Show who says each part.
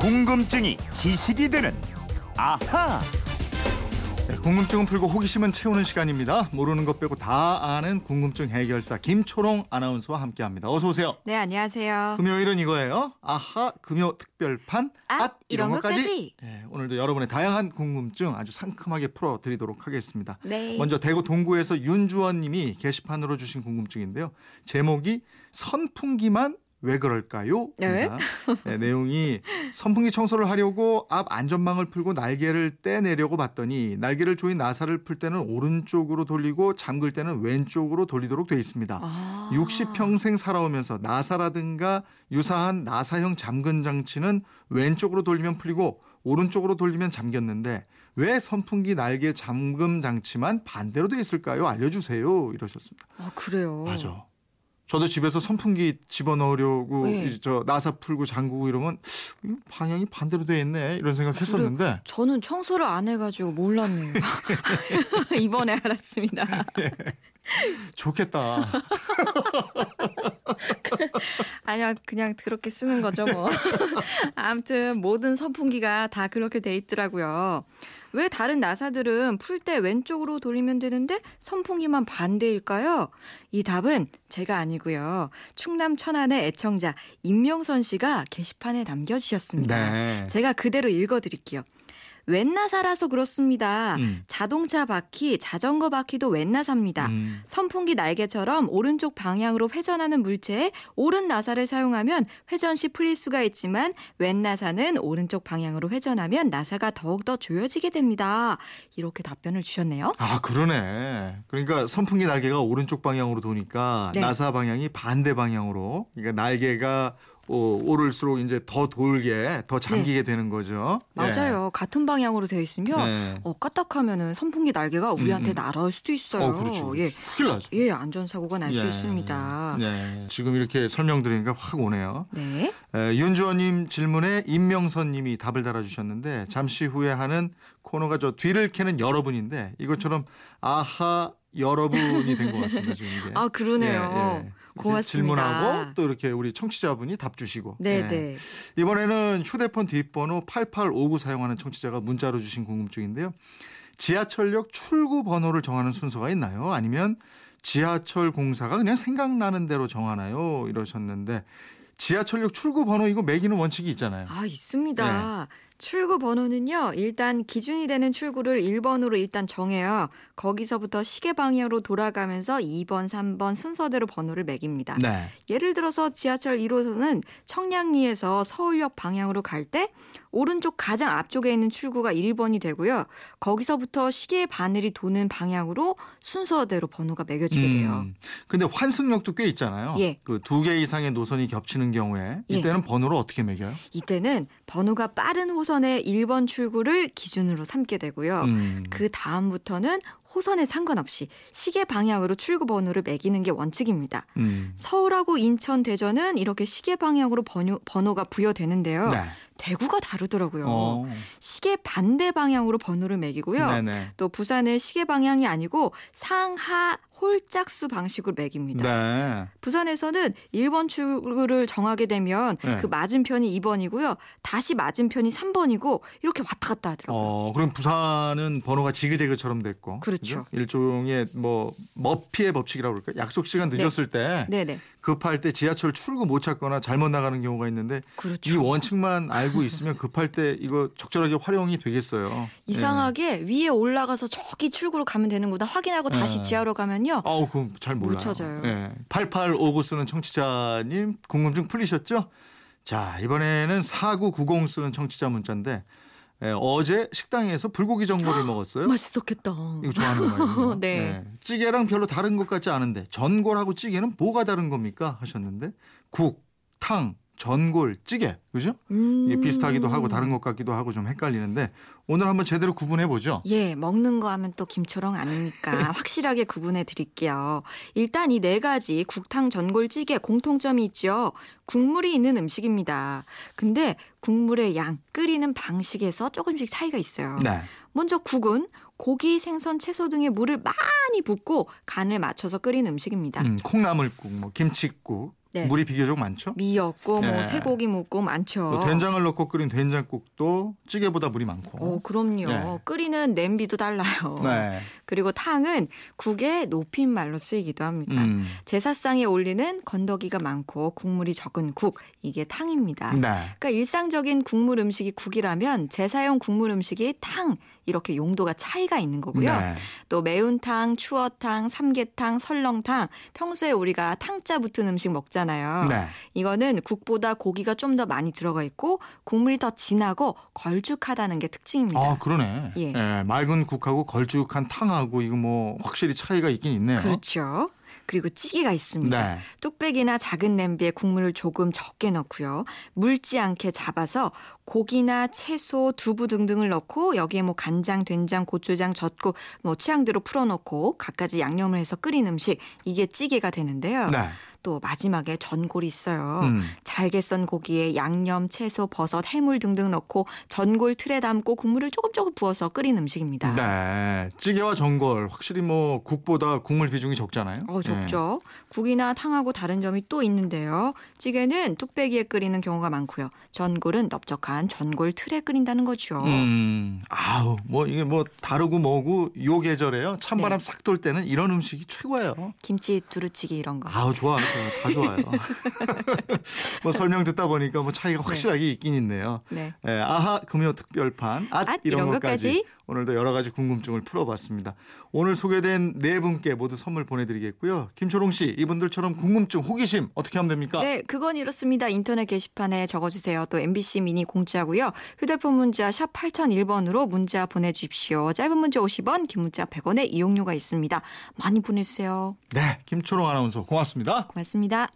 Speaker 1: 궁금증이 지식이 되는 아하.
Speaker 2: 네, 궁금증은 풀고 호기심은 채우는 시간입니다. 모르는 것 빼고 다 아는 궁금증 해결사 김초롱 아나운서와 함께합니다. 어서 오세요.
Speaker 3: 네, 안녕하세요.
Speaker 2: 금요일은 이거예요. 아하 금요 특별판
Speaker 3: 앗, 이런 것까지.
Speaker 2: 예, 오늘도 여러분의 다양한 궁금증 아주 상큼하게 풀어드리도록 하겠습니다.
Speaker 3: 네.
Speaker 2: 먼저 대구 동구에서 윤주원님이 게시판으로 주신 궁금증인데요. 제목이 선풍기만 왜 그럴까요?
Speaker 3: 네.
Speaker 2: 네, 내용이 선풍기 청소를 하려고 앞 안전망을 풀고 날개를 떼내려고 봤더니 날개를 조인 나사를 풀 때는 오른쪽으로 돌리고 잠글 때는 왼쪽으로 돌리도록 돼 있습니다.
Speaker 3: 아.
Speaker 2: 60평생 살아오면서 나사라든가 유사한 나사형 잠근 장치는 왼쪽으로 돌리면 풀리고 오른쪽으로 돌리면 잠겼는데 왜 선풍기 날개 잠금 장치만 반대로 돼 있을까요? 알려주세요. 이러셨습니다.
Speaker 3: 아, 그래요.
Speaker 2: 저도 집에서 선풍기 집어넣으려고
Speaker 3: 네.
Speaker 2: 이제 저 나사 풀고 잠그고 이러면 이거 방향이 반대로 돼 있네 이런 생각했었는데
Speaker 3: 저는 청소를 안 해가지고 몰랐네요. 이번에 알았습니다.
Speaker 2: 좋겠다.
Speaker 3: 아니야, 그냥 그렇게 쓰는 거죠, 뭐. 아무튼 모든 선풍기가 다 그렇게 돼 있더라고요. 왜 다른 나사들은 풀 때 왼쪽으로 돌리면 되는데 선풍기만 반대일까요? 이 답은 제가 아니고요. 충남 천안의 애청자 임명선 씨가 게시판에 남겨주셨습니다.
Speaker 2: 네.
Speaker 3: 제가 그대로 읽어드릴게요. 웬나사라서 그렇습니다.
Speaker 2: 음.
Speaker 3: 자동차 바퀴, 자전거 바퀴도 웬나사입니다.
Speaker 2: 음.
Speaker 3: 선풍기 날개처럼 오른쪽 방향으로 회전하는 물체에 오른 나사를 사용하면 회전 시 풀릴 수가 있지만 웬나사는 오른쪽 방향으로 회전하면 나사가 더욱더 조여지게 됩니다. 이렇게 답변을 주셨네요.
Speaker 2: 아 그러네. 그러니까 선풍기 날개가 오른쪽 방향으로 도니까
Speaker 3: 네.
Speaker 2: 나사 방향이 반대 방향으로. 그러니까 날개가 어, 오, 오를수록 이제 더 돌게 더 잠기게 되는 거죠.
Speaker 3: 네. 맞아요. 같은 방향으로 되어
Speaker 2: 예.
Speaker 3: 있으면
Speaker 2: 네.
Speaker 3: 어, 까딱하면은 선풍기 날개가 우리한테
Speaker 2: 음, 음.
Speaker 3: 날아올 수도 있어요.
Speaker 2: 어, 그렇죠.
Speaker 3: 예,
Speaker 2: 그렇죠. 큰일 나죠.
Speaker 3: 예, 안전사고가 날 수
Speaker 2: 예.
Speaker 3: 있습니다.
Speaker 2: 예. 지금 이렇게 설명드리니까 확 오네요.
Speaker 3: 네.
Speaker 2: 에, 윤주원님 질문에 임명선님이 답을 달아주셨는데 잠시 후에 하는 코너가 저 뒤를 캐는 여러분인데 이것처럼 아하 여러분이 된 것 같습니다. 지금 이게.
Speaker 3: 아 그러네요.
Speaker 2: 네. 예, 예. 이렇게
Speaker 3: 고맙습니다.
Speaker 2: 질문하고 또 이렇게 우리 청취자분이 답 주시고.
Speaker 3: 네네.
Speaker 2: 예. 이번에는 휴대폰 뒷번호 8859 사용하는 청취자가 문자로 주신 궁금증인데요. 지하철역 출구 번호를 정하는 순서가 있나요? 아니면 지하철 공사가 그냥 생각나는 대로 정하나요? 이러셨는데 지하철역 출구 번호 이거 매기는 원칙이 있잖아요.
Speaker 3: 아 있습니다.
Speaker 2: 예.
Speaker 3: 출구 번호는요. 일단 기준이 되는 출구를 1번으로 일단 정해요. 거기서부터 시계 방향으로 돌아가면서 2번, 3번 순서대로 번호를 매깁니다.
Speaker 2: 네.
Speaker 3: 예를 들어서 지하철 1호선은 청량리에서 서울역 방향으로 갈 때 오른쪽 가장 앞쪽에 있는 출구가 1번이 되고요. 거기서부터 시계의 바늘이 도는 방향으로 순서대로 번호가 매겨지게 돼요.
Speaker 2: 음. 근데 환승역도 꽤 있잖아요.
Speaker 3: 예.
Speaker 2: 그 두 개 이상의 노선이 겹치는 경우에
Speaker 3: 예.
Speaker 2: 이때는 번호를 어떻게 매겨요?
Speaker 3: 이때는 번호가 빠른 호선의 1번 출구를 기준으로 삼게 되고요.
Speaker 2: 음.
Speaker 3: 그 다음부터는 호선에 상관없이 시계 방향으로 출구 번호를 매기는 게 원칙입니다.
Speaker 2: 음.
Speaker 3: 서울하고 인천, 대전은 이렇게 시계 방향으로 번호, 번호가 부여되는데요.
Speaker 2: 네.
Speaker 3: 대구가 다르더라고요.
Speaker 2: 어.
Speaker 3: 시계 반대 방향으로 번호를 매기고요.
Speaker 2: 네네.
Speaker 3: 또 부산은 시계 방향이 아니고 상하 홀짝수 방식으로 매깁니다.
Speaker 2: 네.
Speaker 3: 부산에서는 1번 출구를 정하게 되면
Speaker 2: 네.
Speaker 3: 그 맞은편이 2번이고요. 다시 맞은편이 3번이고 이렇게 왔다 갔다 하더라고요.
Speaker 2: 어, 그럼 부산은 번호가 지그재그처럼 됐고.
Speaker 3: 그렇죠.
Speaker 2: 그죠? 일종의 뭐 머피의 법칙이라고 그럴까? 약속 시간 늦었을 때
Speaker 3: 네. 네네.
Speaker 2: 급할 때 지하철 출구 못 찾거나 잘못 나가는 경우가 있는데
Speaker 3: 그렇죠.
Speaker 2: 이 원칙만 알고 있으면 급할 때 이거 적절하게 활용이 되겠어요. 예.
Speaker 3: 이상하게 위에 올라가서 저기 출구로 가면 되는구나 확인하고 다시
Speaker 2: 예.
Speaker 3: 지하로 가면요.
Speaker 2: 예. 아우 그럼 잘 몰라요.
Speaker 3: 못 찾아요.
Speaker 2: 예. 8859 쓰는 청취자님 궁금증 풀리셨죠? 자 이번에는 4990 쓰는 청취자 문자인데 예, 어제 식당에서 불고기 전골을 먹었어요. 예.
Speaker 3: 맛있었겠다.
Speaker 2: 이거 좋아하는 말이에요.
Speaker 3: 네.
Speaker 2: 찌개랑 별로 다른 것 같지 않은데 전골하고 찌개는 뭐가 다른 겁니까? 하셨는데 국, 탕, 전골, 찌개 그죠?
Speaker 3: 음.
Speaker 2: 이게 비슷하기도 하고 다른 것 같기도 하고 좀 헷갈리는데 오늘 한번 제대로 구분해 보죠.
Speaker 3: 예, 먹는 거 하면 또 김초롱 아닙니까? 확실하게 구분해 드릴게요. 일단 이 네 가지 국탕, 전골찌개 공통점이 있죠. 국물이 있는 음식입니다. 근데 국물의 양, 끓이는 방식에서 조금씩 차이가 있어요.
Speaker 2: 네.
Speaker 3: 먼저 국은 고기, 생선, 채소 등의 물을 많이 붓고 간을 맞춰서 끓인 음식입니다.
Speaker 2: 음, 콩나물국, 뭐 김치국,
Speaker 3: 네.
Speaker 2: 물이 비교적 많죠.
Speaker 3: 미역국, 뭐
Speaker 2: 예.
Speaker 3: 쇠고기 묵국 많죠.
Speaker 2: 또뭐 된장을 넣고 끓인 된장국도 찌개보다 물이 많고.
Speaker 3: 어, 그럼요.
Speaker 2: 예.
Speaker 3: 끓이는 냄비도 달라요.
Speaker 2: 네.
Speaker 3: 그리고 탕은 국의 높임말로 쓰이기도 합니다.
Speaker 2: 음.
Speaker 3: 제사상에 올리는 건더기가 많고 국물이 적은 국, 이게 탕입니다.
Speaker 2: 네.
Speaker 3: 그러니까 일상적인 국물 음식이 국이라면 제사용 국물 음식이 탕 이렇게 용도가 차이가 있는 거고요.
Speaker 2: 네.
Speaker 3: 또 매운탕, 추어탕, 삼계탕, 설렁탕 평소에 우리가 탕자 붙은 음식 먹잖아요.
Speaker 2: 네.
Speaker 3: 이거는 국보다 고기가 좀 더 많이 들어가 있고 국물이 더 진하고 걸쭉하다는 게 특징입니다.
Speaker 2: 아 그러네.
Speaker 3: 예.
Speaker 2: 예, 맑은 국하고 걸쭉한 탕하고 이거 뭐 확실히 차이가 있긴 있네요.
Speaker 3: 그렇죠. 그리고 찌개가 있습니다.
Speaker 2: 네.
Speaker 3: 뚝배기나 작은 냄비에 국물을 조금 적게 넣고요. 묽지 않게 잡아서 고기나 채소, 두부 등등을 넣고 여기에 뭐 간장, 된장, 고추장, 젓국 뭐 취향대로 풀어놓고 갖가지 양념을 해서 끓인 음식 이게 찌개가 되는데요.
Speaker 2: 네.
Speaker 3: 또 마지막에 전골이 어, 있어요.
Speaker 2: 음.
Speaker 3: 잘게 썬 고기에 양념, 채소, 버섯, 해물 등등 넣고 전골 틀에 담고 국물을 조금 조금 부어서 끓인 음식입니다.
Speaker 2: 네. 찌개와 전골 확실히 뭐 국보다 국물 비중이 적잖아요.
Speaker 3: 어, 적죠. 국이나 탕하고 다른 점이 또 있는데요. 찌개는 뚝배기에 끓이는 경우가 많고요. 전골은 넓적한 전골 틀에 끓인다는 거죠.
Speaker 2: 예. 음. 아우 뭐 이게 뭐 다르고 뭐고 요 계절에요. 찬바람
Speaker 3: 네.
Speaker 2: 싹 돌 때는 이런 음식이 최고예요.
Speaker 3: 김치 두루치기 이런 거.
Speaker 2: 아우 좋아, 좋아 다 좋아요. 뭐 설명 듣다 보니까 뭐 차이가 확실하게 있긴 있네요.
Speaker 3: 네.
Speaker 2: 예, 아하 금요 특별판 앗,
Speaker 3: 앗,
Speaker 2: 이런,
Speaker 3: 이런
Speaker 2: 것까지.
Speaker 3: 것까지.
Speaker 2: 오늘도 여러 가지 궁금증을 풀어봤습니다. 오늘 소개된 네 분께 모두 선물 보내드리겠고요. 김초롱 씨 이분들처럼 궁금증 호기심 어떻게 하면 됩니까?
Speaker 3: 네, 그건 이렇습니다. 인터넷 게시판에 적어주세요. 또 MBC 미니 공짜고요. 휴대폰 문자 샵 8001번으로 문자 보내주십시오. 짧은 문자 50원, 긴 문자 100원의 이용료가 있습니다. 많이 보내주세요.
Speaker 2: 네, 김초롱 아나운서 고맙습니다.
Speaker 3: 고맙습니다.